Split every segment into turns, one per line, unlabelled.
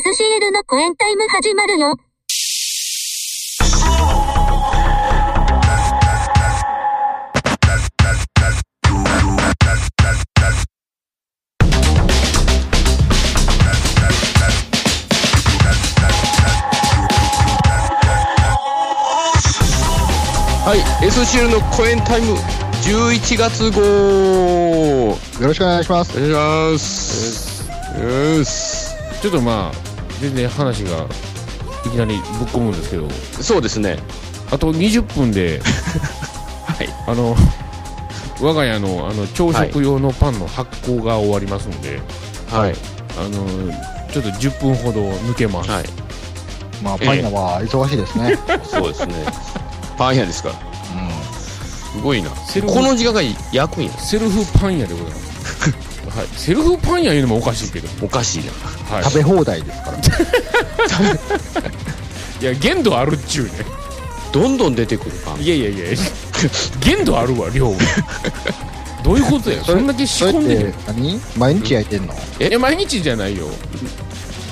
SCL のコエンタイム始まるよ。
はい、SCL の公演タイム11月号お
よろしくお願いします。
願いしますよし
ちょっとまあ、全然話がいきなりぶっ込むんですけど、
そうですね
あと20分 で、
はい
あの、我が家のあの朝食用のパンの発酵が終わりますんで、
はい
あの、ちょっと10分ほど抜けます。
はい
まあ、パン屋は忙しいですね。
そうですねパン屋ですからすごいなこ
セルフ
の時間が焼くんや
セルフパン屋でございます。 はい、セルフパン屋いうのもおかしいけど、
おかしいな
は
食べ放題です から。
い、いや限度あるっちゅうね
どんどん出てくるパン
いやいやいや限度あるわ 量がどういうことや
そ
そ
れ
んだけ仕
それ
込んで
っ
る
て何毎日焼いてんの
いや毎日じゃないよ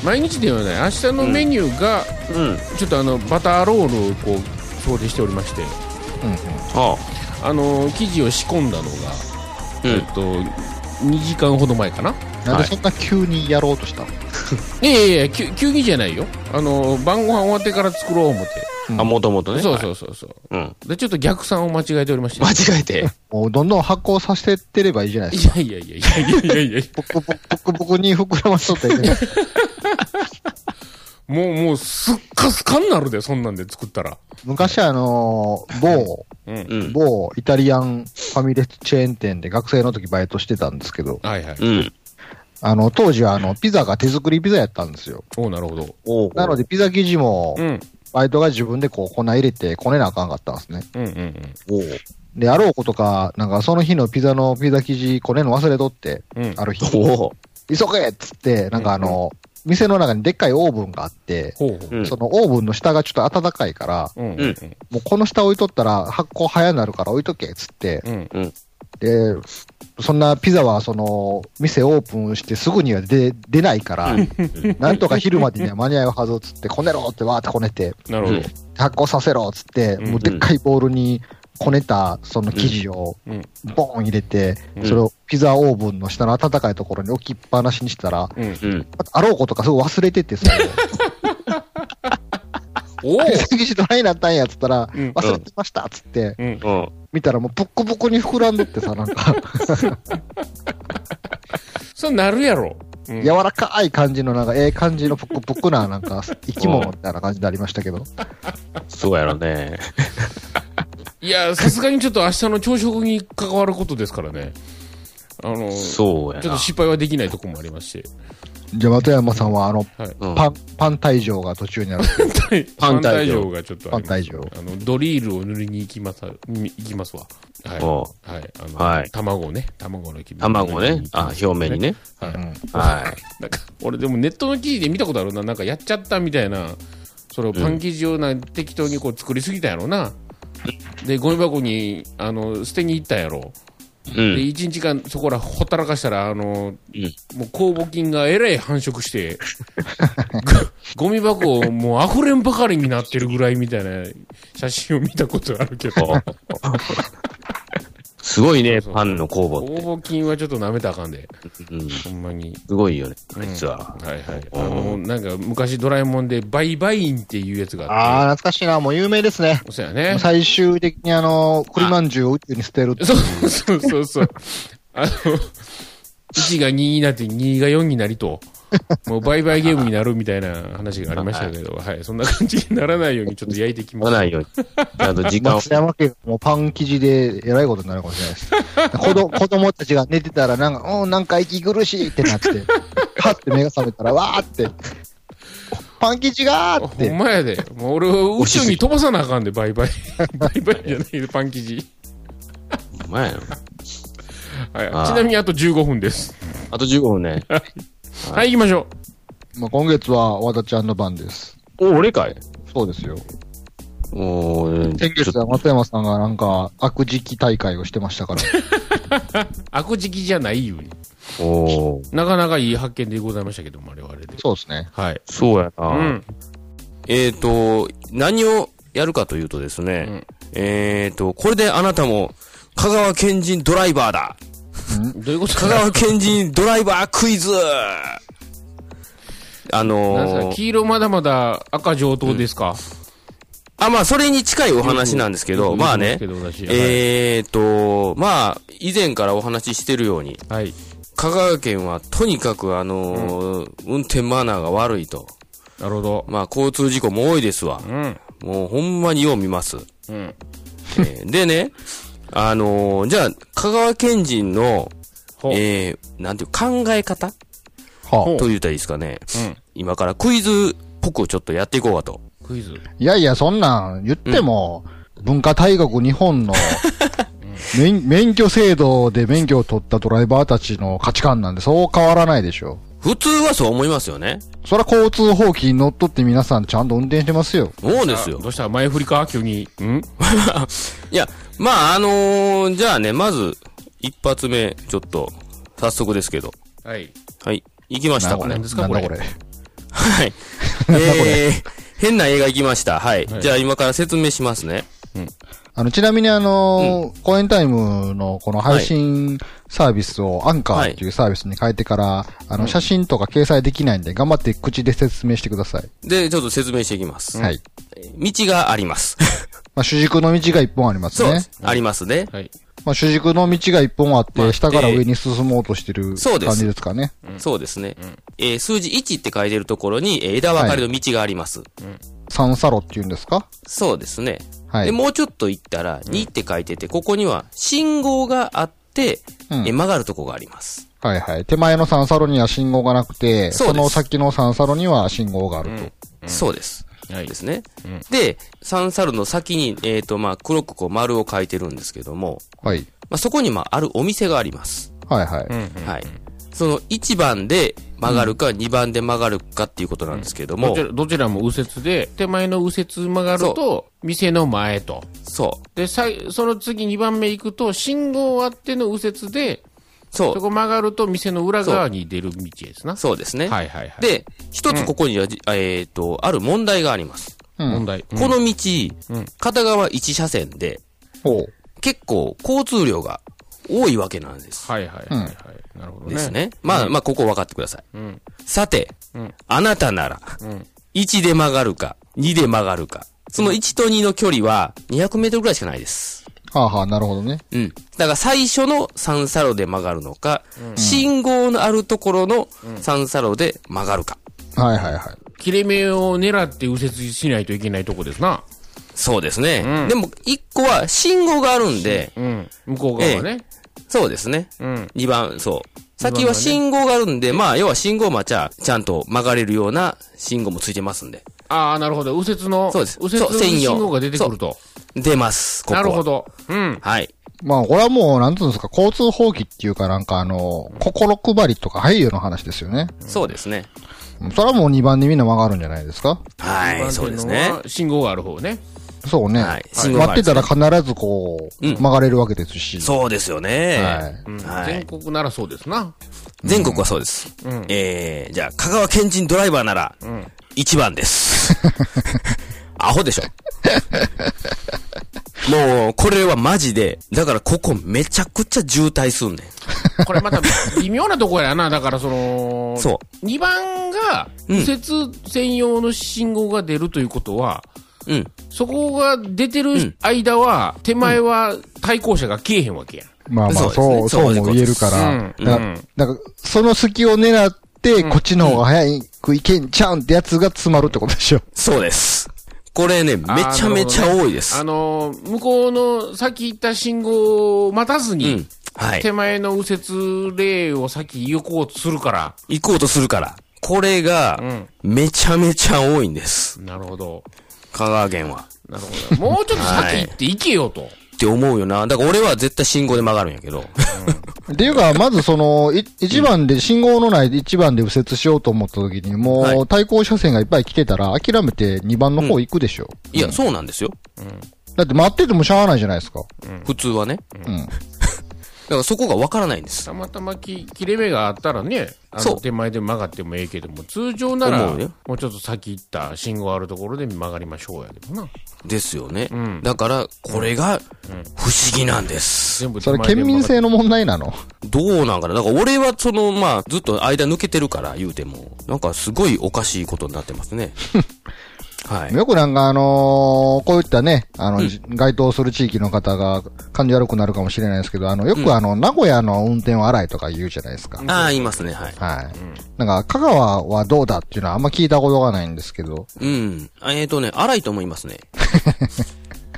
毎日ではない明日のメニューが、
うん
ちょっとあのバターロールをこう想定しておりまして
うんうん。
あ
あの生地を仕込んだのが、
うん
えっと2時間ほど前かな
なんでそんな急にやろうとしたの
いやいやいや急急にじゃないよあの晩ご飯終わってから作ろう思って、
あもともとね
そうそううそうそう
うん
でちょっと逆算を間違えておりまして
間違えて
もうどんどん発酵させてってればいいじゃないです
いやいやいやいやいやいやいや
か。ポクポクポクポクに膨らましとったらいけ ない。
もうもうすっかすかになるでそんなんで作ったら
昔あのー、某、
う
う
んは
ん
某イタリアンファミレスチェーン店で学生の時バイトしてたんですけど、
いはい
うん
あの、当時はあの、ピザが手作りピザやったんですよ。
おおなるほど
おう
なのでピザ生地も
う、ん
バイトが自分でこう粉入れてこねなあかんかったんですね。
うんうんうん
おう
で、あろうことか、なんかその日のピザのピザ生地、こねるの忘れとって、
うん
ある日、
おう
急げっつって、なんかあの、店の中にでっかいオーブンがあって、
ほうほう
うん
そのオーブンの下がちょっと暖かいから、
うんうんうん
もうこの下置いとったら発酵早なるから置いとけっつって、
うん
で、そんなピザはその、店オープンしてすぐには出出ないから、なんとか昼までには間に合うはずっつって、こねろってわーってこねて、
なるほど
発酵させろっつって、
うん
もうでっかいボールにこねたその生地を
うん
ボーン入れて、
うん
それをピザオーブンの下の暖かいところに置きっぱなしにしたら、
うん
うん
あろうことかすごい忘れてて、それを
おお
ピザ生地どないなったんやっつったら、
うん
忘れてましたっつって、
うん
うん
見たらもうポッコポコに膨らんどってさ、なんか
そうなるやろうん
柔らかい感じの、なんかええ感じのポッコポコな、なんか生き物みたいな感じになりましたけど、
そうやろね
いやさすがにちょっと明日の朝食に関わることですからねあのちょ
そうや
っと
な
失敗はできないとこもありまして
じゃあ松山さんはあの、
うん
パン、パン退場が途中にある。
パン退場
パンがちょっと
パ
あ
ン
ります
退場。
あのドリルを塗りに行きます行きますわはい
おう
はいあの
はい
卵をね卵の黄身
卵ねあ表面にね
はい
うん
はい
なんか俺でもネットの記事で見たことあるななんかやっちゃったみたいなそれをパン生地をな、適当にこう作りすぎたんやろなでゴミ箱にあの捨てに行ったんやろ、
う
で
ん
1日間そこらほったらかしたらあの、もう酵母菌がえらい繁殖して ゴミ箱もう溢れんばかりになってるぐらいみたいな写真を見たことある けど
おうすごいね
そうそう
パンの工房
酵母菌はちょっと舐めたらあかんで
うん
ほんまに
すごいよね、あいつは。
はいはいあのなんか昔ドラえもんでバイバインっていうやつがあって
ああ、懐かしいな、もう有名ですね。
そうやね。
最終的にあの、栗まんじゅうを宇宙に捨てるって
そうそうそうそう。あの、1が2になって2が4になりと、もうバイバイゲームになるみたいな話がありましたけど、はい、そんな感じにならないようにちょっと焼いてきま
来
す。
ないように。ちゃんと時 間を。
松山家がもうパン生地でえらいことになるかもしれない です。子供子供たちが寝てたらなんか、うん、なんか息苦しいってなって、 はって目が覚めたら、わーって、パン生地がーっ
ほん
て、
まやで。もう俺を宇宙に飛ばさなあかんで、バイ バイ。バイバイじゃないで、パン生地。
お前やろ
はい、
あー
ちなみにあと15分です。
あと15分ね。
はい、行きましょ
まあ、今月は和田ちゃんの番です。
お、俺かい。
そうですよ。
おー
先
ちょ
月
っ
は松山さんが なんか、悪時期大会をしてましたから。
う。悪時期じゃないように。
おー
なかなかいい発見でございましたけども、あれはあれで。
そうですね。
はい。
そうやな。
うん。
えっ、と、何をやるかというとですね、
うん
えっ、と、これであなたも、香川県人ドライバーだ
どういうこと
香川県人ドライバークイズあ
なんす
の
か
ー、
黄色まだまだ赤上等ですか、
あ、まあ、それに近いお話なんですけど、
よく
まあ
言い
ね
す、けど私はい
えっ、と、まあ、以前からお話ししてるように、
はい。
香川県はとにかくあのー運転マナーが悪いと。
なるほど。
まあ、交通事故も多いですわ。
うん。
もうほんまによう見ます。
うん。
え ーでね、あのーじゃあ、香川県人の、
ほう
えー、なんていう、考え方
は
と言ったらいいですかね。
うん
今からクイズっぽくちょっとやっていこうかと。
クイズ。
あ、いやいや、そんなん言っても、文化大国日本 の免免許制度で免許を取ったドライバーたちの価値観なんで、そう変わらないでしょ。
普通はそう思いますよね。
そりゃ交通法規にのっとって皆さんちゃんと運転してますよ。
そうですよ
ど。うした前振りか急に。うん
いや、まあ、あのーじゃあね、まず、一発目、ちょっと、早速ですけど。
はい。
はい。行きましたか
な
ね
ん。
ですか
なんだ
こ
こ
れ
れ。
はい。えー、変な映画行きました。はい。じゃあ今から説明しますね。
あの、ちなみにあのー公演タイムのこの配信サービスをアンカーっていうサービスに変えてから、あの、写真とか掲載できないんで、頑張って口で説明してください。
で、ちょっと説明していきます。
はい。
道があります。
まあ、主軸の道が一本あります
そう、
ね。
ありますね。
はい。
まあ、主軸の道が一本あっ
まあ
て、下から上に進もうとしてる
そうです
感じですかね。
そうですね。えー数字1って書いてるところに、えー枝分かれの道があります。
三サロっていうんですか
そうですね。
はい
で、。もうちょっと行ったら、2って書いてて、ここには信号があって、
うん
えー曲がるとこがあります。
はいはい。手前の三サロには信号がなくて、
そうです
その先の三サロには信号があると。
そうです。
はい
で。すね。で、サンサルの先に、えっ、と、まあ、黒くこう丸を書いてるんですけども、
はい。
まあ、そこに、まあ、あるお店があります。
はいはい。
うん。
はい。その1番で曲がるか2番で曲がるかっていうことなんですけども、
どちらどちらも右折で、手前の右折曲がると、店の前と。
そう、
で、さいその次2番目行くと、信号あっての右折で、
そ、
そうこ曲がると店の裏側に出る道ですな。
そうですね。
はいはいはい。、
で、一つここにはじ、えっ、と、ある問題があります。
うん
問題。
この道、
うん
片側1車線で、
ほう。
結構交通量が多いわけなんです。
はいはいはいはい。なるほどね。
ですね。。まあ、まあ、ここ分かってください。
うん。
さて、
うん
あなたなら、
うん。
1で曲がるか、2で曲がるか、その1と2の距離は200メートルぐらいしかないです。
はあはあ、なるほどね。
うん。だから最初の三サロで曲がるのか、信号のあるところの三サロで曲がるか。
はいはいはい。
切れ目を狙って右折しないといけないとこですな。
そうですね。
うん
でも、一個は信号があるんで、
うん。向こう側はね。
そうですね。
うん。
二番、そう。先は信号があるんで、まあ、要は信号待ちは、ちゃんと曲がれるような信号もついてますんで。
ああ、なるほど。右折の、
そうです
右
そう
折
専用
信号が出てくると。
出ます、ここ
な
は
るほ。ど。うん。
はい。
まあ、これはもう、なんつうんですか、交通法規っていうかなんかあの、心配りとか配慮の話ですよね。
そうですね。
それはもう2番でみんな曲がるんじゃないですか
はい、そうですね。。
信号がある方ね。
そうね。
はい信号が
待
あ
っ
る
て
んです
た
ね
ら必ずこう、
うん
曲がれるわけですし。
そうですよね。
はい
うん
はい
全国ならそうですな。
全国はそうです。
うん
えー、じゃあ、香川県人ドライバーなら、
ん
1番です。 アホで しょ。もう、これはマジで、だからここめちゃくちゃ渋滞すんね
これま た微妙なとこやな。だからその、
ん。そ
2番が
うん
右折専用の信号が出るということは、
う。うん。
そこが出て
うん
る間は、手前は対向車が消えへんわけやん。
まあまあ、
そう
そう、
です
そ
ね
うも言えるから。
うん
だか
うん
ら、だからその隙を狙って、こっちの方が早くいけんちゃうんってやつが詰まるってことでしょ。
そうです。これね、め
あー
ちゃめちゃ多いです。
あのー、向こうの先行った信号を待たず
う
に
ん、。はい
手。前の右折レーンを先行こうとするから。
行こうとするから。これ
う
が、
ん。
めちゃめちゃ多いんです。
なるほど。
香川県は。
なるほど。もうちょっと先行って行けよと。
って思うよな。だから俺は絶対信号で曲がるんやけど。
っていうか、まずその、い一番で、信号のない1番で右折しようと思った時に、
は
も
いう
対向車線がいっぱい来てたら、諦めて2番の方行くでしょ。
いや、そうなんですよ。
だって待っててもしゃあないじゃないですか。
普通はね。
うん。
からそこがわからないんです。
たまたまき切れ目があったらね、あ
そ
の
う
手前で曲がってもええけども、通常なら、
思うよ
もうちょっと先行った信号あるところで曲がりましょうやけどな。
ですよね。
ん
だから、これが、不思議なんです。
全部手
それ
前で
県民
曲がっ
性の問題なの
どうなんかなだから俺はその、まあ、ずっと間抜けてるから、言うても。なんかすごいおかしいことになってます ね。はい。
よくなんかあのーこういったね、あの、該当する地域の方が感じ悪くなるかもしれないですけど、あの、よくあの、名古屋の運転は荒いとか言うじゃないですか。
ああ、言いますね、はい。
はい。なんか、香川はどうだっていうのはあんま聞いたことがないんですけど、
うん。えっ、ー、とね、荒いと思い ますね。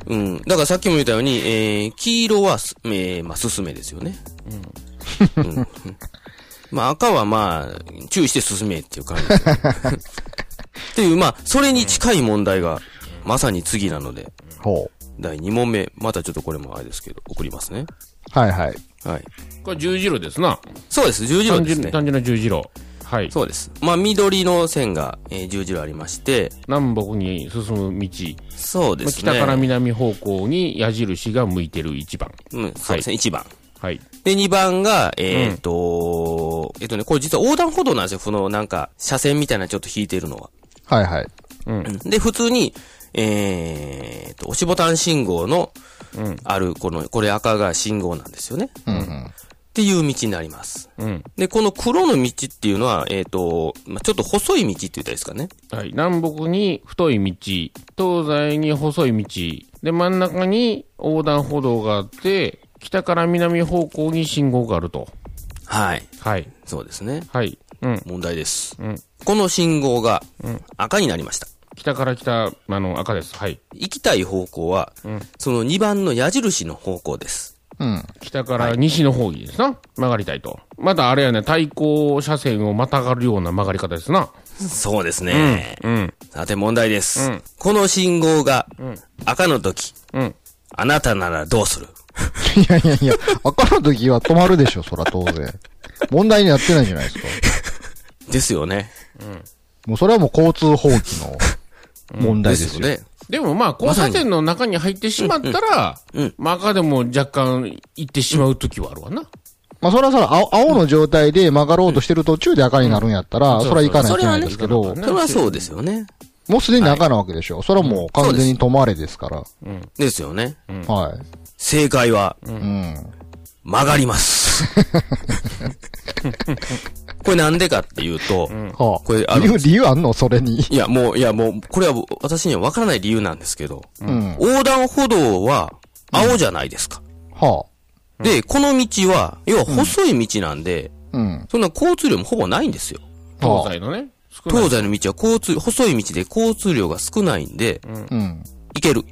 うん。だからさっきも言ったように、えー、黄色はす、えー、まあ、すすめですよね。うん。まあ、赤はまあ、注意して進めっていう感じですよね、っていう、まあ、それに近い問題が、まさに次なので、
ほう。
第2問目、またちょっとこれもあれですけど、送りますね。
はいはい。
はい。
これ十字路ですな。
そうです、十字路
単
です
純
ね。
単純な十字路。はい。
そうです。まあ、緑の線が、えー十字路ありまして、
南北に進む道。
そうですね。
北から南方向に矢印が向いてる1番。
うん、そうですね、1番。
はい。
で、2番が、えっ、と、えっ、とね、これ実は横断歩道なんですよ。この、なんか、車線みたいなちょっと引いてるのは。
はいはい。
で、普通に、えっ、と、押しボタン信号の、ある、この、これ赤が信号なんですよね。
うんうん。
っていう道になります。
うん。
で、この黒の道っていうのは、えっ、と、まあ、ちょっと細い道って言ったらいいですかね。
はい。南北に太い道、東西に細い道、で、真ん中に横断歩道があって、北から南方向に信号があると。
はい。
はい。
そうですね。
はい。うん。
問題です。
ん
この信号が、赤になりました。
北から北、あの、赤です。はい。
行きたい方向は、その2番の矢印の方向です。
うん。
北から西の方にですな。曲がりたいと。またあれやね、対向車線をまたがるような曲がり方ですな。
そうですね。
うん。
さて問題です。
うん
この信号が、赤の時、
うん。
あなたならどうする
いやいやいや、赤の時は止まるでしょ、そら当然。問題になってないじゃないですか。
ですよね。
もうそれはもう交通法規の問題ですよ。
ね。
でもまあ、交差点の中に入ってしまったら、
うんうん
まあ赤でも若干行ってしまう時はあるわな。
まあそれはそら青青の状態で曲がろうとしてる途中で赤になるんやったら、
うん
そら行かないといけ
それは
ない
ね
ですけど、
それはそうですよね。
もうすでに赤なわけでしょ。それはもう完全に止まれですから。
ですよね。
は
正解は、
い。うん。
曲がります。これなんでかっていうと、
は
これ
あ。
あの
理由、理由あんのそれに。
いや、もう、いや、もう、これは私には分からない理由なんですけど、
うん。
横断歩道は青じゃないですか。
は
で、この道は、要は細い道なんで、
あ。うん。
そんな交通量もほぼないんですよ。
東
は
西のね。少ない
東西の道は交通、細い道で交通量が少ないんで、
あ。うん。
行ける。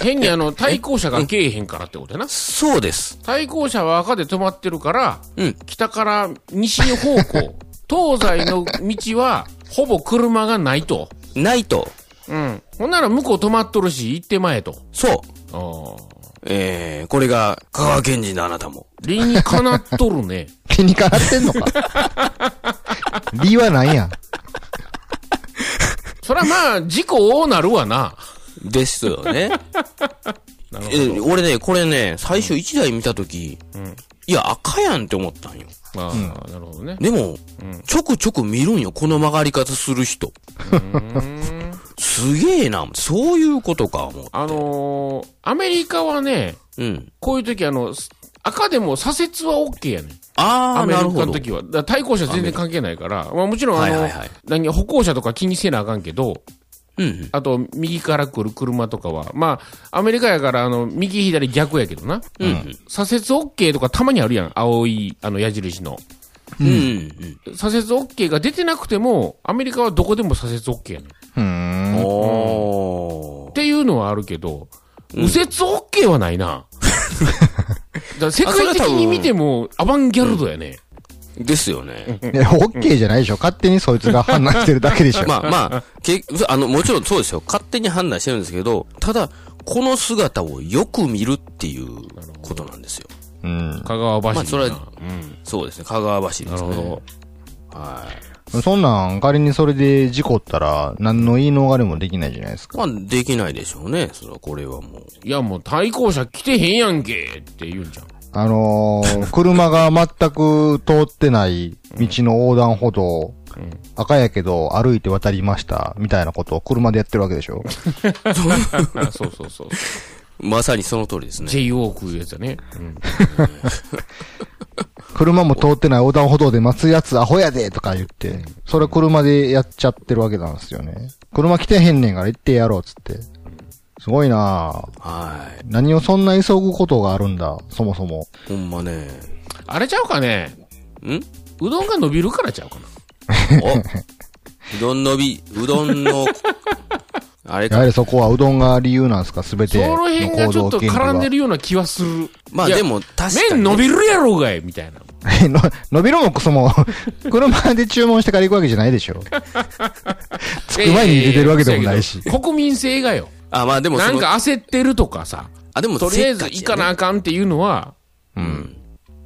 変にあの、対向車がけえへんからってことやな。
そうです。
対向車は赤で止まってるから、
うん。
北から西方向、東西の道は、 ほぼ車がないと。
ないと。
うん。ほんなら向こう止まっとるし、行ってまえと。
そう。
ああ。
えー、これが、香川県人のあなたも。
理にかなっとるね。
気にかなってんのか。理由はなんや。
そらまあ、事故多なるわな。
ですよ ね。
なる
えー俺ね、これね、最初1台見たとき、いや、赤やんって思ったんよ。
ほど。ああ、なるほどね。
でも、ちょくちょく見るんよ、この曲がり方する人。すげえな、そういうことか、も
あのー、アメリカはね、
う。うん。
こういう時あの、す赤でも左折は OK やねん。
あ
ア
ー、
メリ
なる
カ
ほ
の
ど。
時は。だから対向車全然関係ないから、まあもちろんあ
は
の
いはいはい、
何、歩行者とか気にせなあかんけど、
うんうん。
あと、右から来る車とかは、まあ、アメリカやから、あの、右左逆やけどな。
うんうん。
左折 OK とかたまにあるやん。青い、あの、矢印の。
うんうん
左折 OK が出てなくても、アメリカはどこでも左折 OK やねん。っ
う。
うんん。おー。
ていうのはあるけど、右折 OK はな いな。だから世界的に見ても、アバンギャルドやね。
ですよね。
いや、オッケーじゃないでしょ。勝手にそいつが判断してるだけでし ょ。
まあまあ、けあの、もちろんそうですよ。勝手に判断してるんですけど、ただ、この姿をよく見るっていうことなんですよ。
うん。
香川橋にな。
まあそれは
うん。
そうですね。香川橋ですね。
なるほど。
はい。
そんなん、仮にそれで事故ったら、何の言い逃れもできないじゃないですか。
まあ、できないでしょうね。それは、これはもう。
いや、もう対向車来てへんやんけって言うんじゃん。
あのー車が全く通ってない道の横断歩道、赤やけど歩いて渡りました、みたいなことを車でやってるわけでしょ。
あ そうそうそう。
まさにその通りですね。
J ウォークいうやつだね。うん。
車も通ってない横断歩道で待つやつアホやでとか言って、それ車でやっちゃってるわけなんですよね。車来てへんねんから行ってやろうっつって。すごいなぁ。
は
何をそんな急ぐことがあるんだ、そもそも。
い。ほんまね。
あれちゃうかね
ん
うどんが伸びるからちゃうかな。
おうどんのび、うどん の、あれ
や
か。
はりそこはうどんが理由なんですか、すべ
そ
ての
の辺が
行
ち
動
ょっと
原理は。
絡んでるような気はする。
まあ
いや
でも、確かに。
麺伸びるやろうがいみたいな。
の伸びるもクソも、 車で注文してから行くわけじゃないで しょ。着く前に入れてるわけでもないし
や。やや国民性がよ。
あ、まあでもそ
な
の、
んか焦ってるとかさ、
あ、でも、
とりあえず
せっか
行
ち
か
やね
なあかんっていうのは、
うん。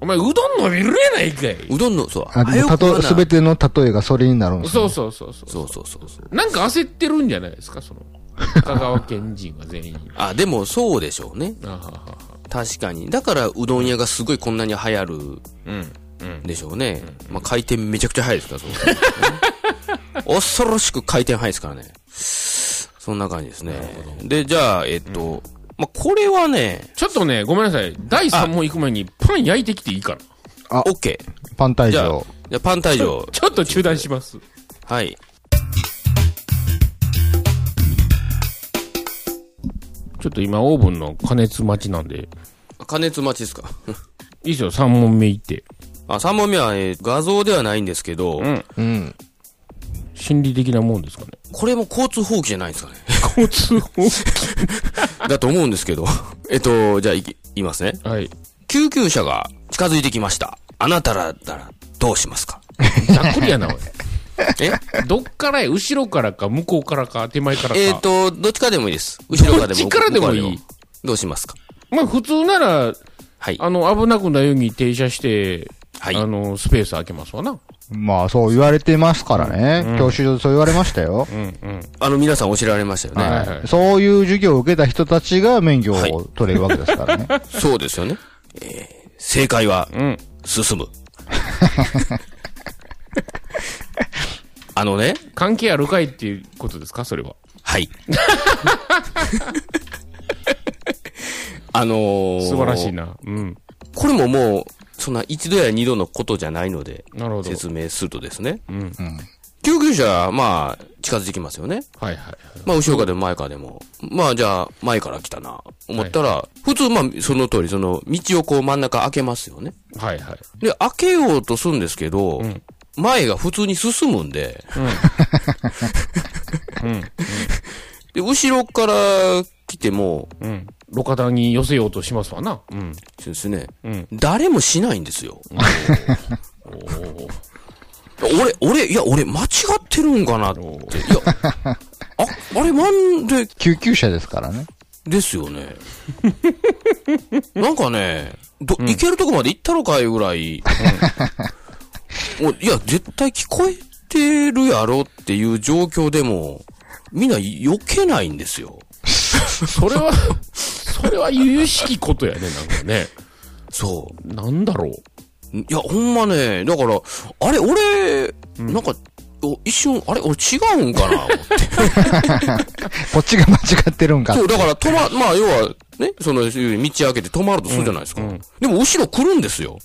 お前うどん伸びるやないかい。
うどんの、そう。
あで
早
も
く食わ
た
な
と、すべての例えがそれになるんです
そ
よ
うそうそうそう。
そうそうそうそう。
なんか焦ってるんじゃないですか、その、香川県人は全員。
あ、でも、そうでしょうね。
あはは
確かに。だから、うどん屋がすごいこんなに流行る
うん。うん。
でしょうね。まあ、回転めちゃくちゃ早いですから、そう考えるとね 恐ろしく回転早いですからね。そんな感じですね。で、じゃあ、えっと、まあ、これはね、
ちょっとね、ごめんなさい。第3問行く前にパン焼いてきていいかな。
オッケー。
パン退
じゃあ
場。、
じゃあパン退場。
ちょっと中断します。
はい。
ちょっと今、オーブンの加熱待ちなんで、
加熱待ちですか。
いいですよ、3問目行って。
あ、3問目は、えー画像ではないんですけど、
ん
うん。
心理的なもんですかね。
これも交通法規じゃないですかね。
交通法
だと思うんですけど。えっと、じゃあ、いき、言いますね。
はい。
救急車が近づいてきました。あなたらならどうしますか
ざっくりやな、おい。
え
どっからへ後ろからか、向こうからか、手前からか。
えっ、と、どっちからでもいいです。後ろからでも。
どっちからでもいい
向こうからどうしますか
まあ、普通なら、
はい。
あの、危なくないように停車して、
はい
あの、スペース空けますわな。
まあそう言われてますからね。教習所でそう言われましたよ。
うんうん。
あの、皆さんお知られましたよね。
はい
はいそういう授業を受けた人たちが免許を取れるわけですからね。
そうですよね。えー正解は、
うん。
進 む。あのね、
関係あるかいっていうことですか、それは。
はい。あのー、
素晴らしいな。うん。
これももう、そんな一度や二度のことじゃないので、
なるほど。
説明するとですね。
うん。
救急車、まあ、近づいてきますよね。
はいはい。
まあ、後ろからでも前からでも。まあ、じゃあ、前から来たな、思ったら、普通、まあ、その通り、その、道をこう真ん中開けますよね。
はいはい。
で、開けようとするんですけど、前が普通に進むんで、 で、後ろから来ても、
うん。路肩に寄せようとしますわな。うん。
そうですね、
うん。
誰もしないんですよ。
おー
俺、俺、いや、俺、間違ってるんかなって。いや、あ、あれ、なんで、
救急車ですからね。
ですよ ね。なんかね、ど、行けるとこまで行ったのかいぐらい、もういや、絶対聞こえてるやろっていう状況でも、みんな避けないんですよ。
そ れは、それは由々しきことやね、なんかね。
そ
なんだろう。
う。いや、ほんまね、だから、あれ、俺、なんか、お一瞬、あれ、俺違うんかな思 って
こっちが間違ってるん かって
そう、だから止ま、まあ、要は、ね、その、道開けて止まるとするじゃないですか。でも、後ろ来るんですよ。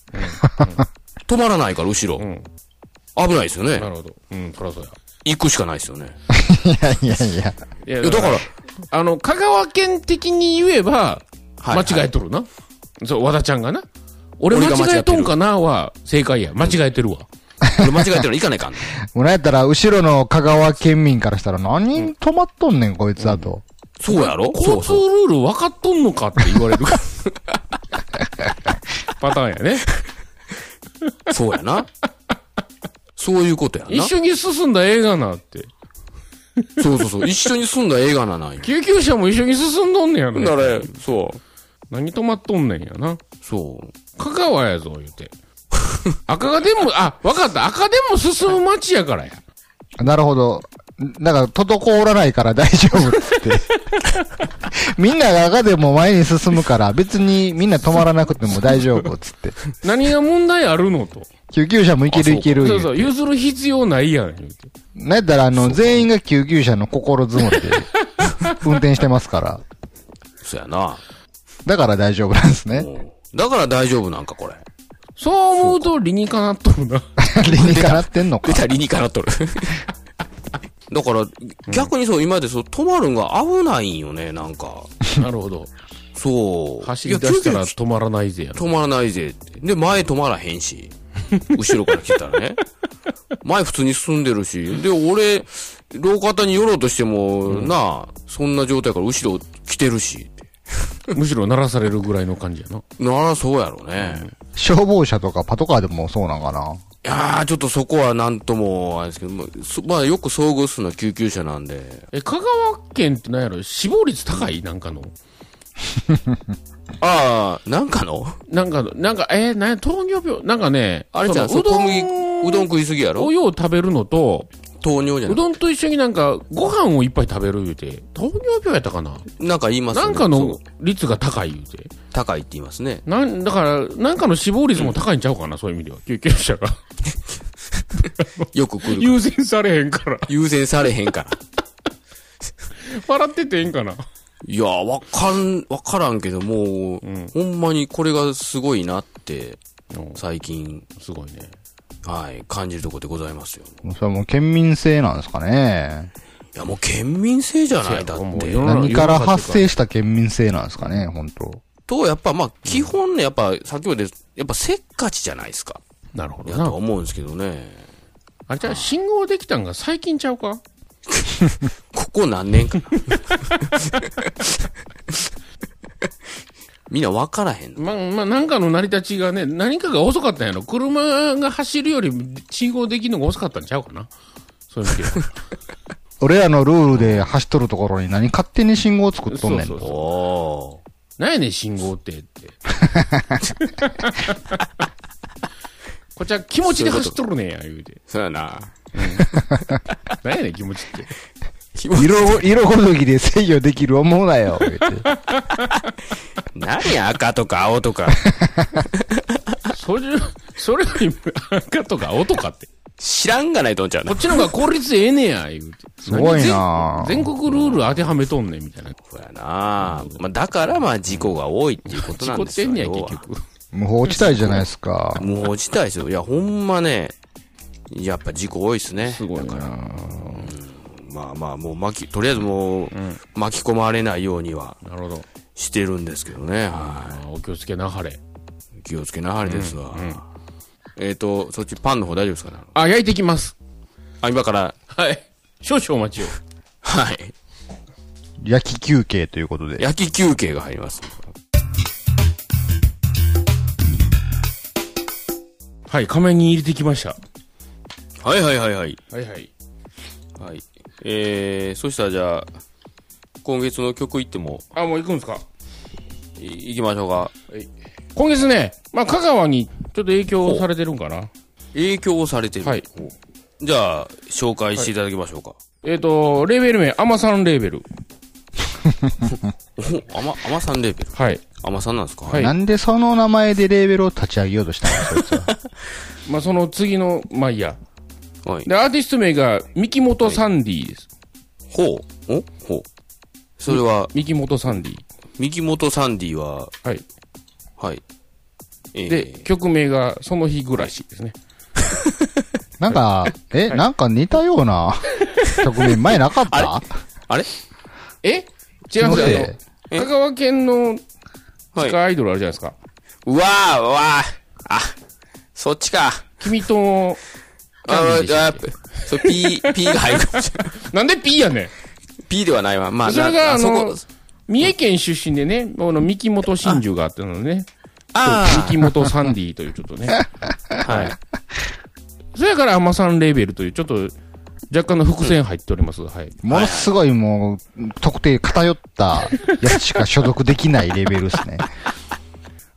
止まらないから、後ろ。
ん
危ないですよね
な。るほど。うん、そらそうや。
行くしかないですよね。
いやいやいや。
いや
いや、だから、
あの、香川県的に言えば、
はい
間違えとるな。そう、和田ちゃんがな。俺
俺が間違
間違
っ
え
てる
とんかなは正解や。間違えてるわ。
俺間違えてるの行かないかんね。
もうなんやったら、後ろの香川県民からしたら、何止まっとんねん、こいつだと。
そうやろそ
交
う
通
そう。
ルール分かっとんのかって言わ れるパターンやね。
そうやな。そういうことや
一
な。
緒に進んだ映画なって。
そうそうそう。一緒に住んだ映画な ない。
救急車も一緒に進んどんねや
ほん
ね。
なら、そう。
何止まっとんねんやな。
そう。
香川やぞ、言うて。赤がでも、あ、わかった。赤でも進む街やからや。
なるほど。なんか、滞らないから大丈夫って。みんなが赤でも前に進むから、別にみんな止まらなくても大丈夫っつって。
何が問題あるのと。
救急車も行ける行ける
そ
言
う
うて。
そう、譲る必要ないやん。言うて
なんやったら、あの、全員が救急車の心づもりで運転してますから。
そやな。
だから大丈夫なんです
う
ね。
んだから大丈夫なんか、これ。
そう思うと理にかなっとるな。
理にかなってんのか
出。た理にかなっとる。だから、逆にそう、今までそう、止まるんが危ないんよね、なんか。
なるほど。
そう。
走り出した
いや
ら
救急
止まらないぜやろ。
止まらないぜって。で、前止まらへんし。後ろから来たらね。前普通に進んでるし。で、俺、廊下に寄ろうとしても、なあ、そんな状態から後ろ来てるし。
むしろ鳴らされるぐらいの感じやな。
ならそうやろね。
消防車とかパトカーでもそうなんかな。
いやー、ちょっとそこはなんとも、あれですけど、まあそまあ、よく遭遇するのは救急車なんで。
え、香川県ってなんやろ死亡率高いなんかの。
ああ、なんかの
なんかの、なんか、えー、なんや糖尿病なんかね、
あれじゃん、
その
そうう
ど
小
ん
麦、うどん食いすぎやろ
をよう食べるのと、
糖尿じゃ
う
な
どんと一緒になんか、ご飯をいっぱい食べる言うて、糖尿病やったかな
なんか言いますよ
な
ね。
んか
そ
の
う
率が高い言うて。
高いって言いますね。
なん、だから、なんかの死亡率も高いんちゃうかな、そういう意味では。救急車が。
よく来る。
優先されへんから。
優先されへんから。
笑っててええんかな。
いやー、わかん、わからんけど、もう、ほんまにこれがすごいなって、
うん
最近、
すごいね。
はい、感じるとこでございますよ。
それもう県民性なんですかね。
いや、もう県民性じゃない、だっ
もう
て
世。の中
何から発生した県民性なんですかね、本当
と、やっぱ、まあ、基本ね、やっぱ、さっきも言ったやっぱせっかちじゃないですか。
なるほど
やとは
な。
思うんですけどね。
あれじゃあ信号できたんが最近ちゃうか
ここ何年かな。みんな分からへんの。
まあ、まあ、なんかの成り立ちがね、何かが遅かったんやろ。車が走るより信号できるのが遅かったんちゃうかな。そういう意味では。
俺らのルールで走っとるところに何勝手に信号作っとんねん
そうそう
と。
お
なんやねん、信号ってって。こっちは気持ちで走っとるねんや、言う て
ー。。そうやな。
なんやねん、気持ちって。
色、色ごときで制御できる思うなよ。言うて
何や赤とか青とか。
それ、それよりも赤とか青とか って。
知らんがないとんちゃう
こ
な
っ。ちの方が効率ええねや、言うて。す
ごいな
全全国ルール当てはめとんねん、みたいな。
そうやな。まあ、だから、まあ、事故が多いっていうこと
事
なん
故っ
です
て
よ。
んねや、
要
結
は
局。
無法地帯じゃないですか。
もう事態ですよ。いや、ほんまね、やっぱ事故多いですね。
すごいな。
まあまあ、もう巻き、とりあえずもう、巻き込まれないようには
なるほど。
してるんですけどね。は
あーお気をつけなはれ。
い。気をつけなはれですわ。えっと、そっちパンの方大丈夫ですかね
あ、焼いてきます。
あ、今から、
はい。少々お待ちを。
はい。
焼き休憩ということで。
焼き休憩が入ります。
はい、仮面に入れてきました。
はいはいはいはい。
はいはい。
はい。えー、そしたらじゃあ、今月の曲いっても、
あ、もう行くんですか
いいきましょうか。
今月ね、まあ、香川にちょっと影響されてるんかな
影響をされてる。
はい。
じゃあ、紹介していただきましょうか。
えっ、と、レーベル名、アマさんレーベル。
お、あま、あまさんレベル。
はい。
あまさんなんですか
はい
なんでその名前でレーベルを立ち上げようとしたのそいつは。
まあ、その次の、まあ、いいや。
はい。
で、アーティスト名が、三木本サンディです。
ほう。おほう。それは、
三木本サンディ。
三木本サンディは、
はい。
はい。えー
で、曲名が、その日暮らしですね。
なんか、え、なんか似たような 局面前なかった
あれ
え違います
なん
よ
で。
あの香川県の地下アイドルあるじゃないですか。
うわー、うわー。あ、そっちか。
君と、
あ
何でし
ー、
た
あ
っけ
ー、そう、P、P が入る かもしれない。
なんで P やねん
P ではないわ。まあ、
それ
な
が、あ
そ
の
こ、
三重県出身でね、この三木本真珠があったのね。
あ
三木本サンディというちょっ とね。
あ、はい。
それから、アマさんレーベルという、ちょっと、若干の伏線入っております。はい。
ものすごいもう、特定偏ったやつしか所属できないレベルですね。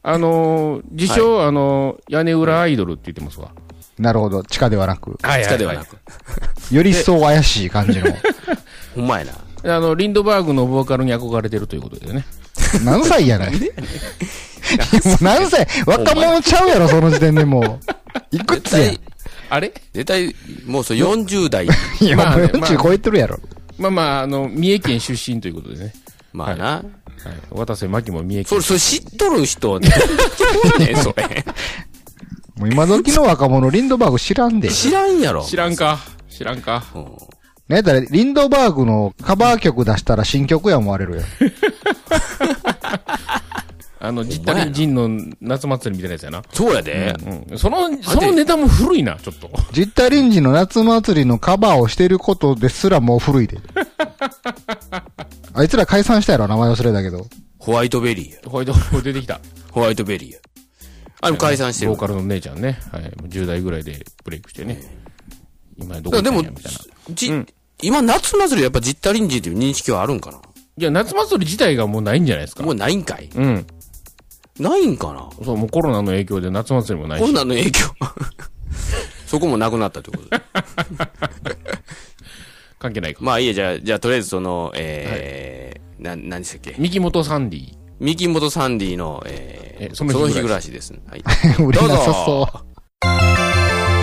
あのー、自称、あのー、屋根裏アイドルって言ってますわ。
なるほど。地下ではなく、
はい
地下ではなく。
より一層怪しい感じの。
ほんまやな。
あの、リンドバーグのボーカルに憧れてるということでね。
何歳やねん。もう何歳若者ちゃうやろ、その時点でもう。いく
絶
つや
対、
あれ
絶対、もうそう40代。
いや、
まあ
もう
ねま
40
あ
超えてるやろ。
まあまあ、あの、三重県出身ということでね。
まあな。
はい。渡瀬真希も三重
そ
県
れ、。それ知っとる人、ど うやねん、それ。
もう今時の若者、リンドバーグ知らんで。
知らんやろ。
知らんか。知らんか。
うん。
なんやったら、リンドバーグのカバー曲出したら新曲や思われるよ。
あの、ジッ
ま
タ
やな
リジンの夏祭りみたいなやつやな。
そうやで。
うん。その、そのネタも古いな、ちょっと。
ジッタリンジの夏祭りのカバーをしてることですらもう古いで。あいつら解散したやろ、名前忘れたけど。
ホワイトベリーや。
ホワイトボール出てきた。
ホワイトベリーや。あれも解散して
ボ
る
ー。カルの姉ちゃんね。はい。もう10代ぐらいでブレイクしてね。今どこ
だ
行
から
ったんや
でも
みたいな。、
じ、今夏祭りやっぱジッタリンジっていう認識はあるんかない
や、夏祭り自体がもうないんじゃないですか。
もうないんかい
うん。
ないんかな
そう、もうコロナの影響で夏祭りもない
コロ
し。
ナの影響。 そこもなくなったってこ とで。
関係ないか。
まあいいや、じゃあ、じゃあとりあえずその、えー、な、何でしたっけ
三木本サンディ。
三木本サンディの、えー、
え
そ
そ
の
の日
日
暮らし
暮らしです。はい。
売れなさそ
どうぞ
う。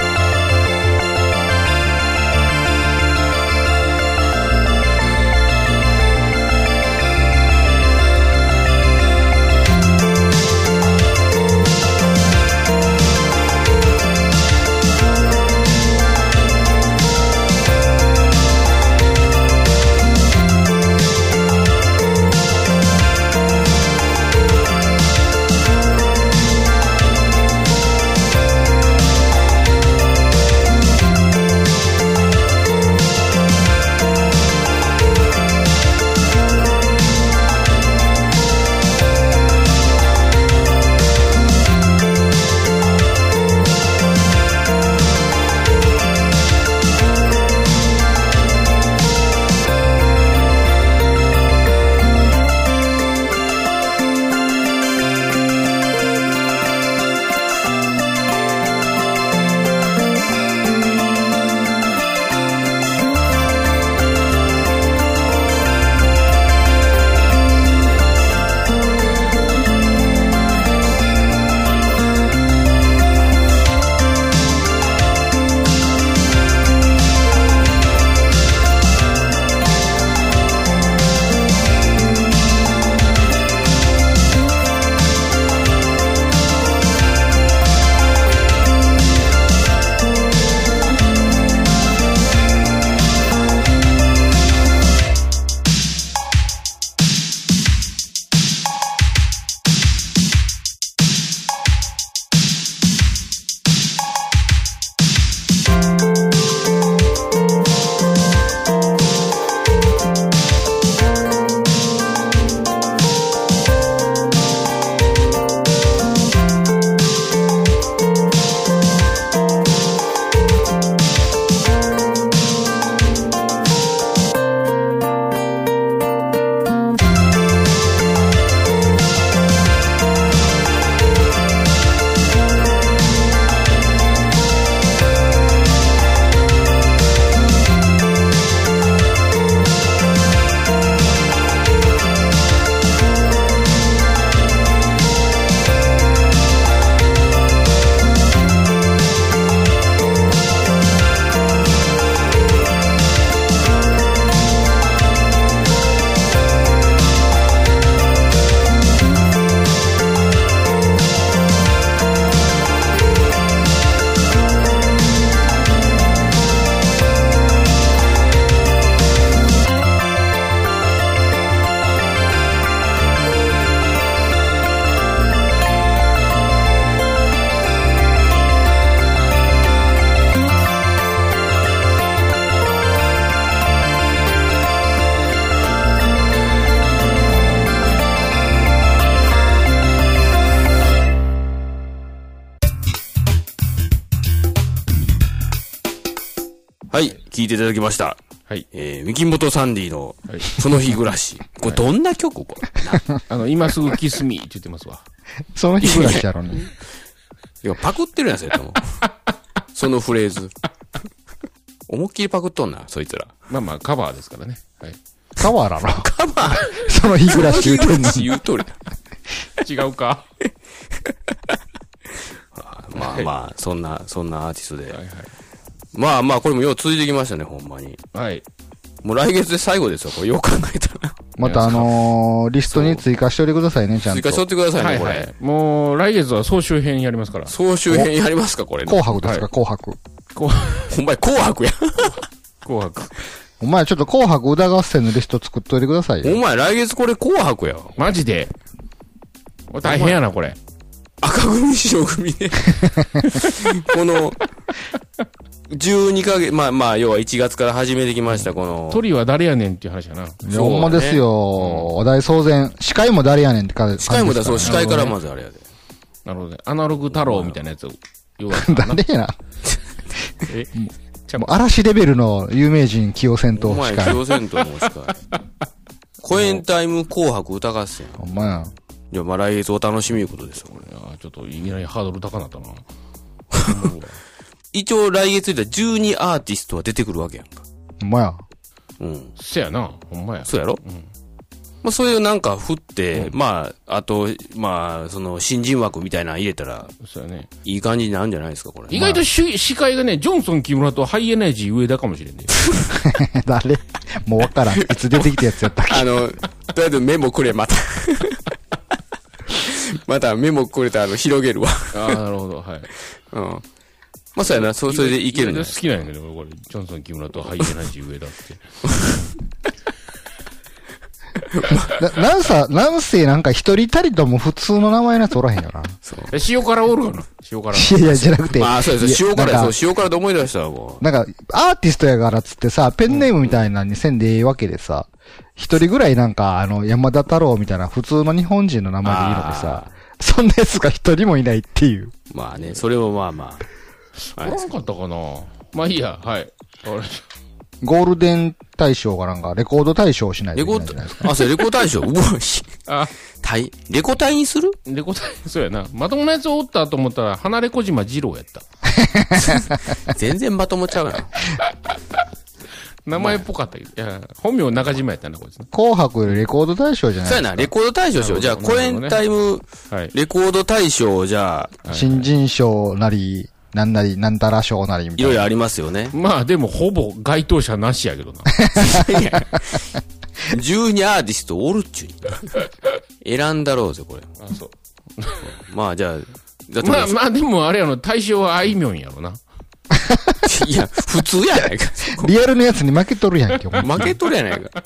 はい、聞いていただきました。
はい。
えー、三木本サンディの、
はい
その日暮らし。これどんな曲これ。
あの、今すぐキスミーって言ってますわ。
その日ぐらいしたのに。
いや、パクってるやん、それとも。 そのフレーズ。思いっきりパクっとんな、そいつら。
まあまあ、カバーですからね。はい。
カバーなのカバーその日暮らし言うてんのに。
言うとり。
違うか。
まあまあ、そんな、そんなアーティストで
はい。
まあまあ、これもよう続いてきましたね、ほんまに。
はい。はい。
もう来月で最後ですよ、これよう考えたら。
またあのー、リストに追加しておいてくださいね、ちゃん
追
と
加。しとってくださ
は
ね、
いい
こ
は
れ。
い。もう、来月は総集編やりますから。
総集編やりますか、これ。
紅白です
は
か、紅白。
紅
ほんまに紅白や。
紅白。
お前ちょっと紅白歌合戦のリスト作っといてください
お
よ。
前来月これ紅白や。
マジで。これ大変やな、これ。
赤組、白組ね。この、12ヶ月、まあまあ、要は1月から始めてきました、この。
鳥は誰やねんっていう話やな。
いや
そうだね
ほんまですよ。お題騒然。司会も誰やねんって感じです
司
から
会
ね。
もだ、そう、司会からまずあれやで。
なるほどね。アナログ太郎みたいなやつを。要は、
誰やな。
え、ちゃ
もう嵐レベルの有名人起用戦
お
闘
前、
司
起
会。
用せんと思う、司会。コエンタイム紅白歌合戦。
お前や。
いや、まあ来月お楽しみいうことですよ、これ。
あちょっといきなりハードル高なったな。
一応来月で12アーティストは出てくるわけやんか。
お前や。
うん。
せやな、ほんまや。
そうやろまあ、それをなんか振って、まあ、あと、まあ、その、新人枠みたいなの入れたら、
そうやね。
いい感じになるんじゃないですか、これ。
意外とし司会がね、ジョンソン木村とハイエナジー上田かもしれんね。
誰もう わからん。いつ出てきたやつやったっけ
あの、とりあえずメモくれ、ま た。またメモくれたあの、広げるわ。
ああ、なるほど、はい。
うん。まあ、そうやな、そ、それでいける
意
ん
外
で
と
す。
好きなんやけど、これ。ジョンソン木村とハイエナジー上田って。
ななんさ、なんせなんか一人たりとも普通の名前のやつおらへんよ な。
え、塩辛おるかな塩辛。
いやいや、じゃなくて。
まあ、そうや、そう塩
いや
辛
な
や、
ん
そう、塩辛で思い出したわ、もう。
なんか、アーティストやからっつってさ、ペンネームみたいなのにせんでええわけでさ、一人ぐらいなんか、あの、山田太郎みたいな普通の日本人の名前でいいのでさ、そんなやつが一人もいないっていう。
まあね、それもまあまあ。
お
はい
らんかったかなまあいいや、はい。わかりました
ゴールデン大賞がなんか、レコード大賞をしないと
レ
い
コ
けないじゃないですか。
あ、それレコ大賞。うわ、ひ
あ、
大、レコ大にする
で答え、そうやな。まともなやつおったと思ったら、離れ小島二郎やった。
全然まともちゃうな。
名前っぽかったけど。いや、本名中島やったな、こいつな。
紅白よりレコード大賞じゃない
そうやな、レコード大賞しよう。じゃあ、
なるほ
コ
ど
エ
ね
ンタイム、
はい。。
レコード大賞をじゃあ、
新人賞なり、なんなり、なんたら賞なりみ
い
たい
ろい
な。
ろありますよね
まあでも、ほぼ該当者なしや けどな。
12アーティストおるっちゅうに。選んだろうぜ、これ。
あ、そう。
まあ、じゃあ、じゃあ、
まあまあでも、あれやろ、対象はあいみょんやろな。
いや、普通やないか。
リアルのやつに負けとるやん け、お前
負けとるやないか。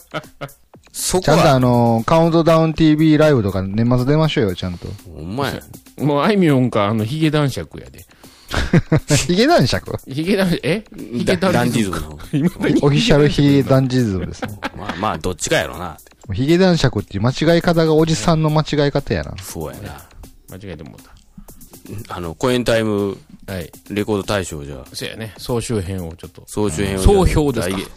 そ
ち
こ
ゃんと
は、
あの、カウントダウン TV ライブとか年末出ましょうよ、ちゃんと。
ほんまや。
もう、あいみょんか、あの、ヒゲ男爵やで。
ヒゲ男爵
ヒゲ男爵、えヒゲ
ダダ
男
ンディズ
爵
ム
か。
の。
オフィシャルヒゲダンジズムですね。
まあまあ、どっちかやろな。
ヒゲ男爵っていう間違い方がおじさんの間違い方やな。
そうやな。
間違えてもうた。
あの、コエンタイム、
はい。
レコード大賞じゃあ、
そうやね。総集編をちょっと、
総集編を。
総評ですか
来月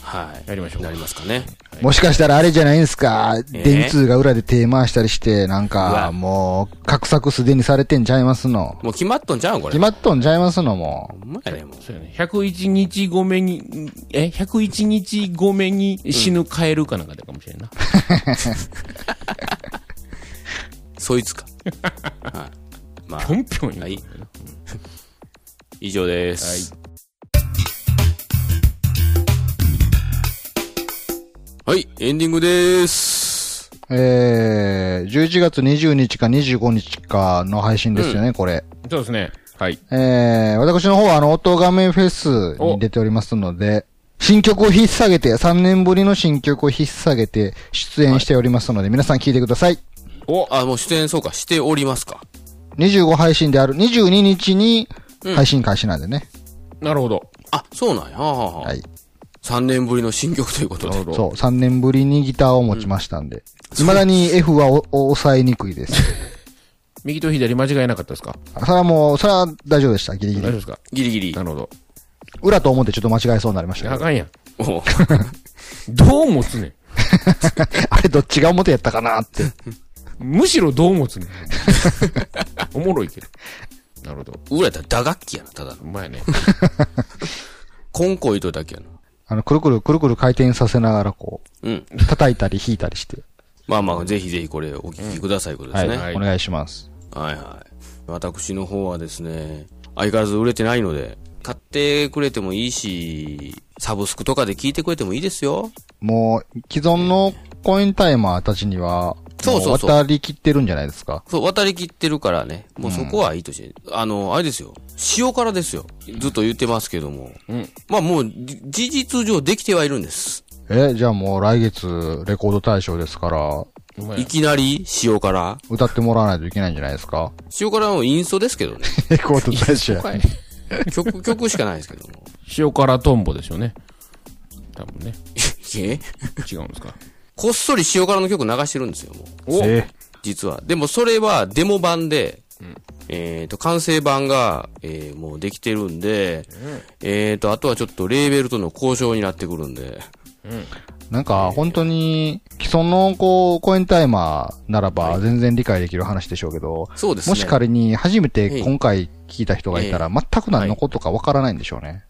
はい。
やりましょう
なりますかね。
もしかしたらあれじゃないんすか、
え
電通が裏で手回したりして、なん
うわ
か、もう、格索すでにされてんちゃいますの。
もう決まっとんじゃうん、これ。
決まっとんちゃいますの、も
ほんまやね、もう。
そうやね。101日後目に、え ?101 日後目に死ぬカエルかなんかだかもしれんな。
そいつか。はい。まあ
ぴょ、んぴょん言う
はい。以上です。はい。エンディングです。
う。えー、11月20日か25日かの配信ですよね、これ。
そうですね。はい。
えー、私の方はあの、音画面フェスに出ておりますので、新曲を引っ提げて、3年ぶりの新曲を引っ提げて出演しておりますので、皆さん聞いてください。
お
あ、もう出演そうか、しておりますか。
25配信である22日に配信開始なんでね。
なるほど。
あ、そうなんや。はあはあはあ
はい。
3年ぶりの新曲ということで。
そう、3年ぶりにギターを持ちましたんで。未だに F はお抑えにくいです。
右と左間違えなかったですか
それはもう、それは大丈夫でした、ギリギ
大丈夫
リ。
ですか
ギリギリ
な。るほど。
裏と表ちょっと間違えそうになりまし
あ
たけど。
かんやん。
おう
どう持つねん。
あれどっちが表やったかなって。
むしろどう持 つねんおもろいけど。なるほど。
俺らやったら打楽器やな、ただの。
うまいね。
コンコイドだけやな。
あの、くるくるくるくる回転させながらこ
うん。
う、叩いたり引いたりして。
まあまあ、ぜひぜひこれお聞きください、ことで
は
す
い、
ね。
はい
お願いします。
はいはい。私の方はですね、相変わらず売れてないので、買ってくれてもいいし、サブスクとかで聞いてくれてもいいですよ。
もう、既存のコインタイマーたちには、
そうそうそう
も渡りきってるんじゃないですか。
そう、渡り切ってるからね。もうそこはいいとして。あの、あれですよ。塩辛ですよ。ずっと言ってますけども。
うん
まあもう、じ事実上できてはいるんです。
え、じゃあもう来月レコード大賞ですから、
うまい
いきなり塩辛。
歌ってもらわないといけないんじゃないで すか。
塩辛はもうインストですけどね。
レコード大賞や。
な。
曲、曲しかないですけども。
塩辛トンボですよね。多分ね。
え
違うんですか。
こっそり塩辛の曲流してるんですよ、もう。
お
え
実は。でもそれはデモ版で、えっ、と、完成版が、えーもうできてるんで、えっ、と、あとはちょっとレーベルとの交渉になってくるんで、
なんか本当に既存のこうコインタイマーならば全然理解できる話でしょうけど、
そうですね。
もし仮に初め
ええ
て今回聞いた人がいたら、全く何のことかわからないんでしょう ね。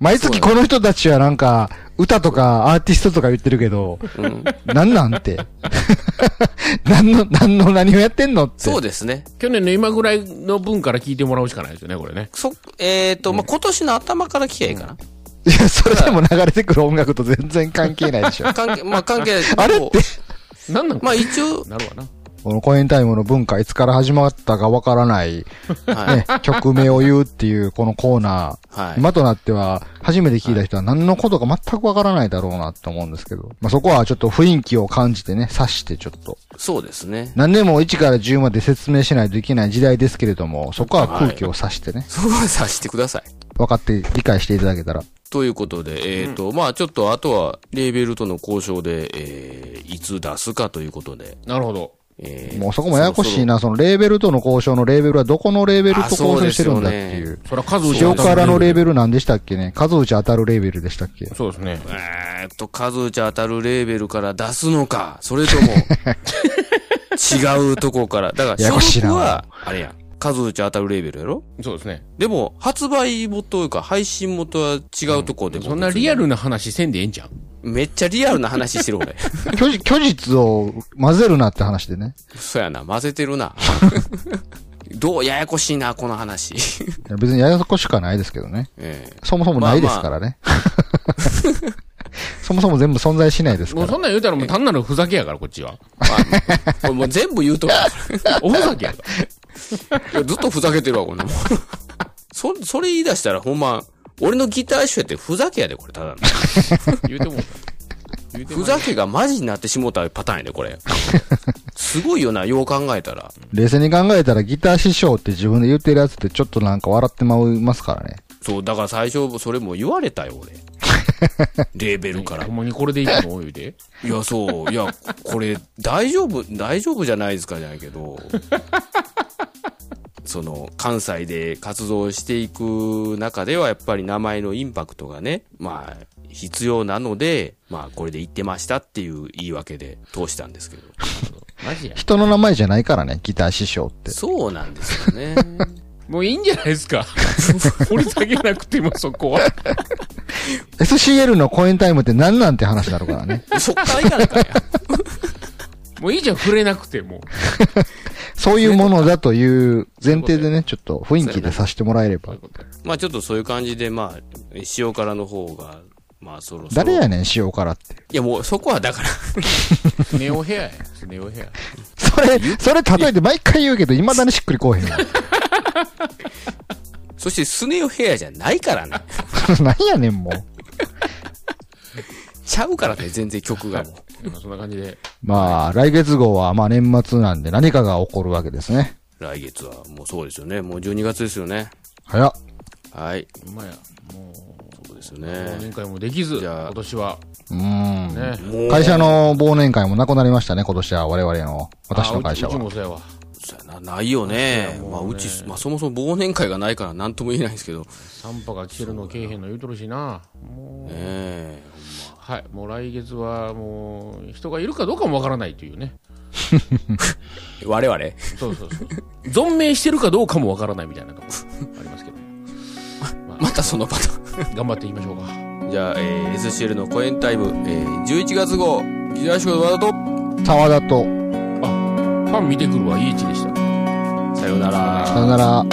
毎月この人たちはなんか、歌とかアーティストとか言ってるけ ど、
うん
なんなんて。 何の、何の何をやってんのって。
そうですね。
去年の今ぐらいの分から聞いてもらうしかないですよね、これね。
そ、えっ、と、まあ、今年の頭から聞きゃいいかな。。
いや、それでも流れてくる音楽と全然関係ないでしょ
関係、まあ、関係ない。
あれ
も
っ
う
て、
なんなん
まあ、一応、
なるわな。
このコインタイムの文化、いつから始まったかわからない、
はい。
ね、 曲名を言うっていうこのコーナー、
はい。
今となっては、初めて聞いた人は何のことか全くわからないだろうなって思うんですけど、まあ、そこはちょっと雰囲気を感じてね、察してちょっと。
そうですね。
何でも1から10まで説明しないといけない時代ですけれども、そこは空気を察してね、
そこは察してください。
分かって理解していただけたら。
ということで、えっ、と、まあ、ちょっと、あとは、レーベルとの交渉で、えー、いつ出すかということで、
なるほど。
えー
もうそこもややこしいな、そのレーベルとの交渉のレーベルはどこのレーベルと
あ
交
そう
渉
で
して
す
る
よ
んだっ
ね
ていう。
それは数打ち
塩辛のレー
ル。
ベル何でしたっけね数打ち当たるレーベルでしたっけ
そうですね。
えーっと、数打ち当たるレーベルから出すのか、それ とも、違うとこから。だから、
ややこし
所
いな
属は、あれやん。数打ち当たるレーベルやろ
そうですね。
でも、発売元というか、配信元は違うとこでも、
そんなリアルな話せんでええんじゃん。
めっちゃリアルな話してる 俺。
虚実虚実を混ぜるなって話でね。
そうやな、混ぜてる な。どう、ややこしいな、この話。
いや別にややこしくはないですけどね。
ええ
そもそもないですからね。 そもそも全部存在しないです
も
か
うそ
ら。
んなん言うたらもう単なるふざけやから、こっ ちは。
まあ、これもう全部言うとるわ
おふざけやか
いやずっとふざけてるわ、こんなもん。 そ、それ言い出したらほんま、俺のギター手やってふざけやで、これ、た だの。
ら。言うてもうた。言うても
ふ
う
ざけがマジになってしもうたパターンやで、こ れ。すごいよな、よう考えたら。
冷静に考えたらギター師匠って自分で言ってるやつってちょっとなんか笑ってまいますからね。
そう、だから最初、それも言われたよ、 俺。レーベルか
た
ら
ほ。んまにこれでいいの言うて。
いや、そう、いや、これ、大丈夫、大丈夫じゃないですか、じゃないけど。その、関西で活動していく中では、やっぱり名前のインパクトがね、まあ、必要なので、まあ、これで言ってましたっていう言い訳で通したんですけど。
マジや。
人の名前じゃないからね、ギター師匠って。
そうなんですよ ね。
もういいんじゃないで すか。掘り下げなくてもそこは。
SCL のコインタイムって何なんて話になるからね。
そっからいかないかんや
もういいじゃん、触れなくても。
そういうものだという前提でね、ちょっと雰囲気でさせてもらえれば。
まあ、ちょっとそういう感じで、まあ、塩辛の方が、まあ、そろそろ。
誰やねん、塩辛って。
いや、もう、そこはだから、
ネオヘアや。ネオヘア。
それ、それ例えて毎回言うけど、未だにしっくりこうへんわ。
そして、スネオヘアじゃないからね。
何やねん、もう。
ちゃうからね、全然曲がもう。
まあそんな感じで。
まあ、来月号は、まあ年末なんで何かが起こるわけですね。
来月はもうそうですよね。もう12月ですよね。
早っ。
はい。
ほんまや。も
そうですよ
う、忘
ね。
年会もできず、
じゃあ
今年は。
うーん。
ね。
もう、
会社の忘年会もなくなりましたね、今年は、我々の、私の会社
あうちうち
は。
もそうやわ。
そうやな、ないよね。まあ、うち、まあ、そもそも忘年会がないから何とも言えないんですけど。ね
三波が来てるのけえへんの言うとるしな。もう、
え。
はい。もう来月はもう、人がいるかどうかもわからないというね。
我々。
そうそうそう。 存命してるかどうかもわからないみたいなとこありますけど。ま
またそのパター
あ、頑張っていきましょうか。
ン。じゃあ、えー、SCL の公演タイム、えー、11月号、ギリアシコワと、
沢田と、
ファン見てくるわ、いい位置でした。
さようなら。
さよなら。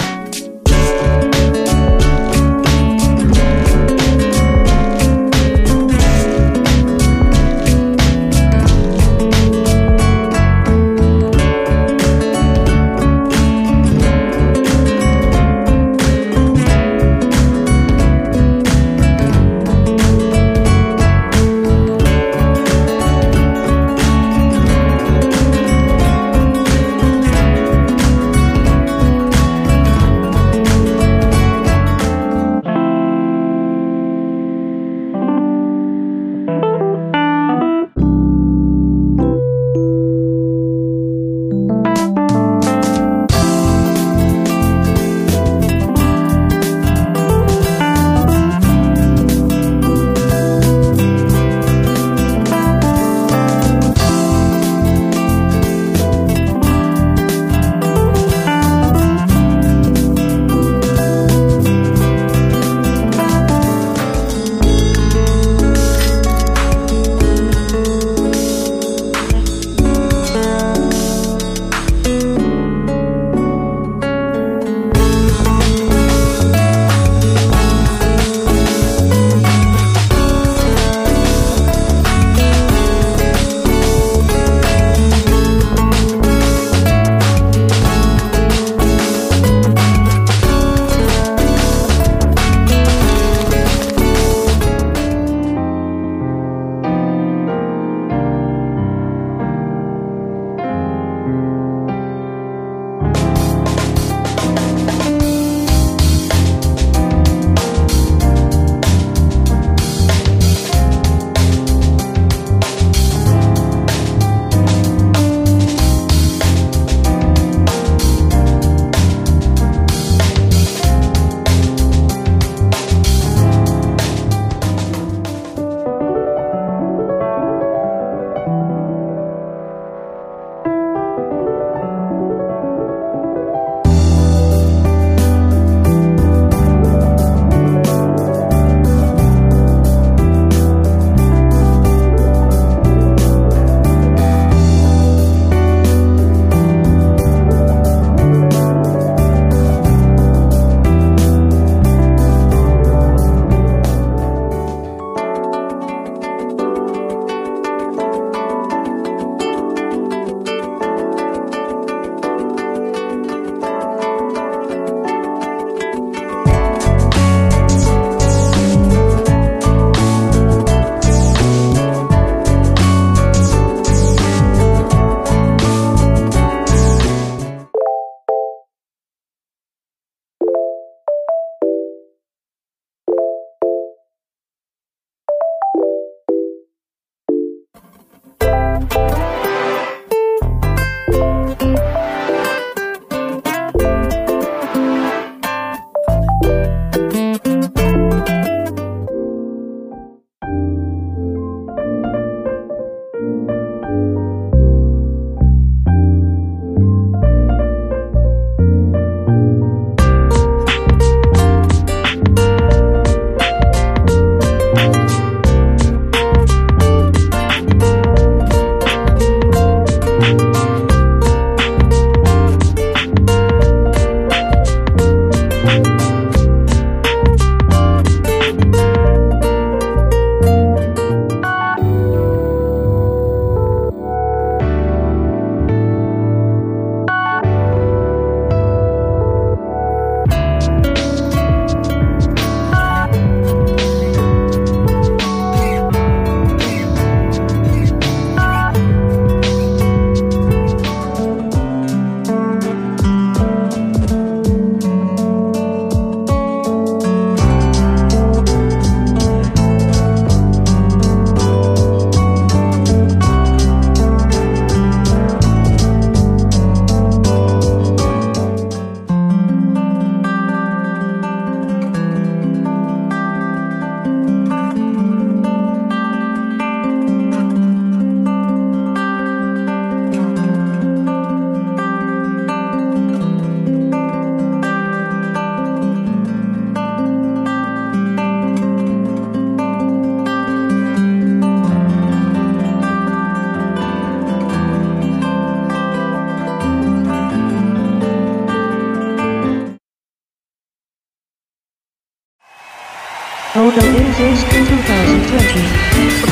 Fest 2020.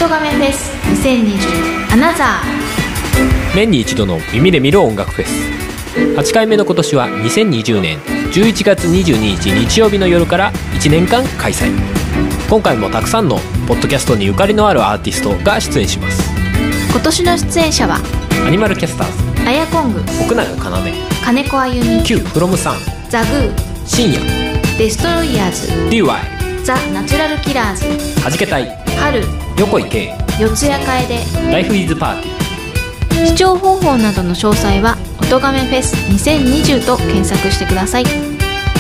音画面フェス2020アナザ
年に一度の耳で見る音楽フェス8回目の今年は2020年11月22日日曜日の夜から1年間開催今回もたくさんのポッドキャストにゆかりのあるアーティストが出演します
ー今年の出演者は
アニマルキャスターズ
アヤコング
奥永かなで
金子あゆみ
Q フロムサン
ザグー
深夜
デストロイヤーズ
DY
ザ・ナチュラルキラーズ
はじけたい
春
横井圭
四谷楓
ライフイズパーティ
視聴方法などの詳細は「音亀フェス2020」と検索してください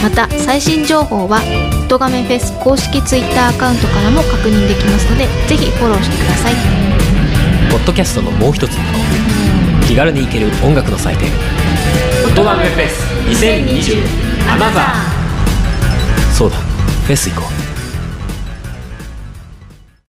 また最新情報は「音亀フェス」公式 Twitter アカウントからも確認できますのでぜひフォローしてください
ーポッドキャストのもう一つの顔気軽に行ける音楽の祭典音ガメフェス2020アナザーそうだフェス行こう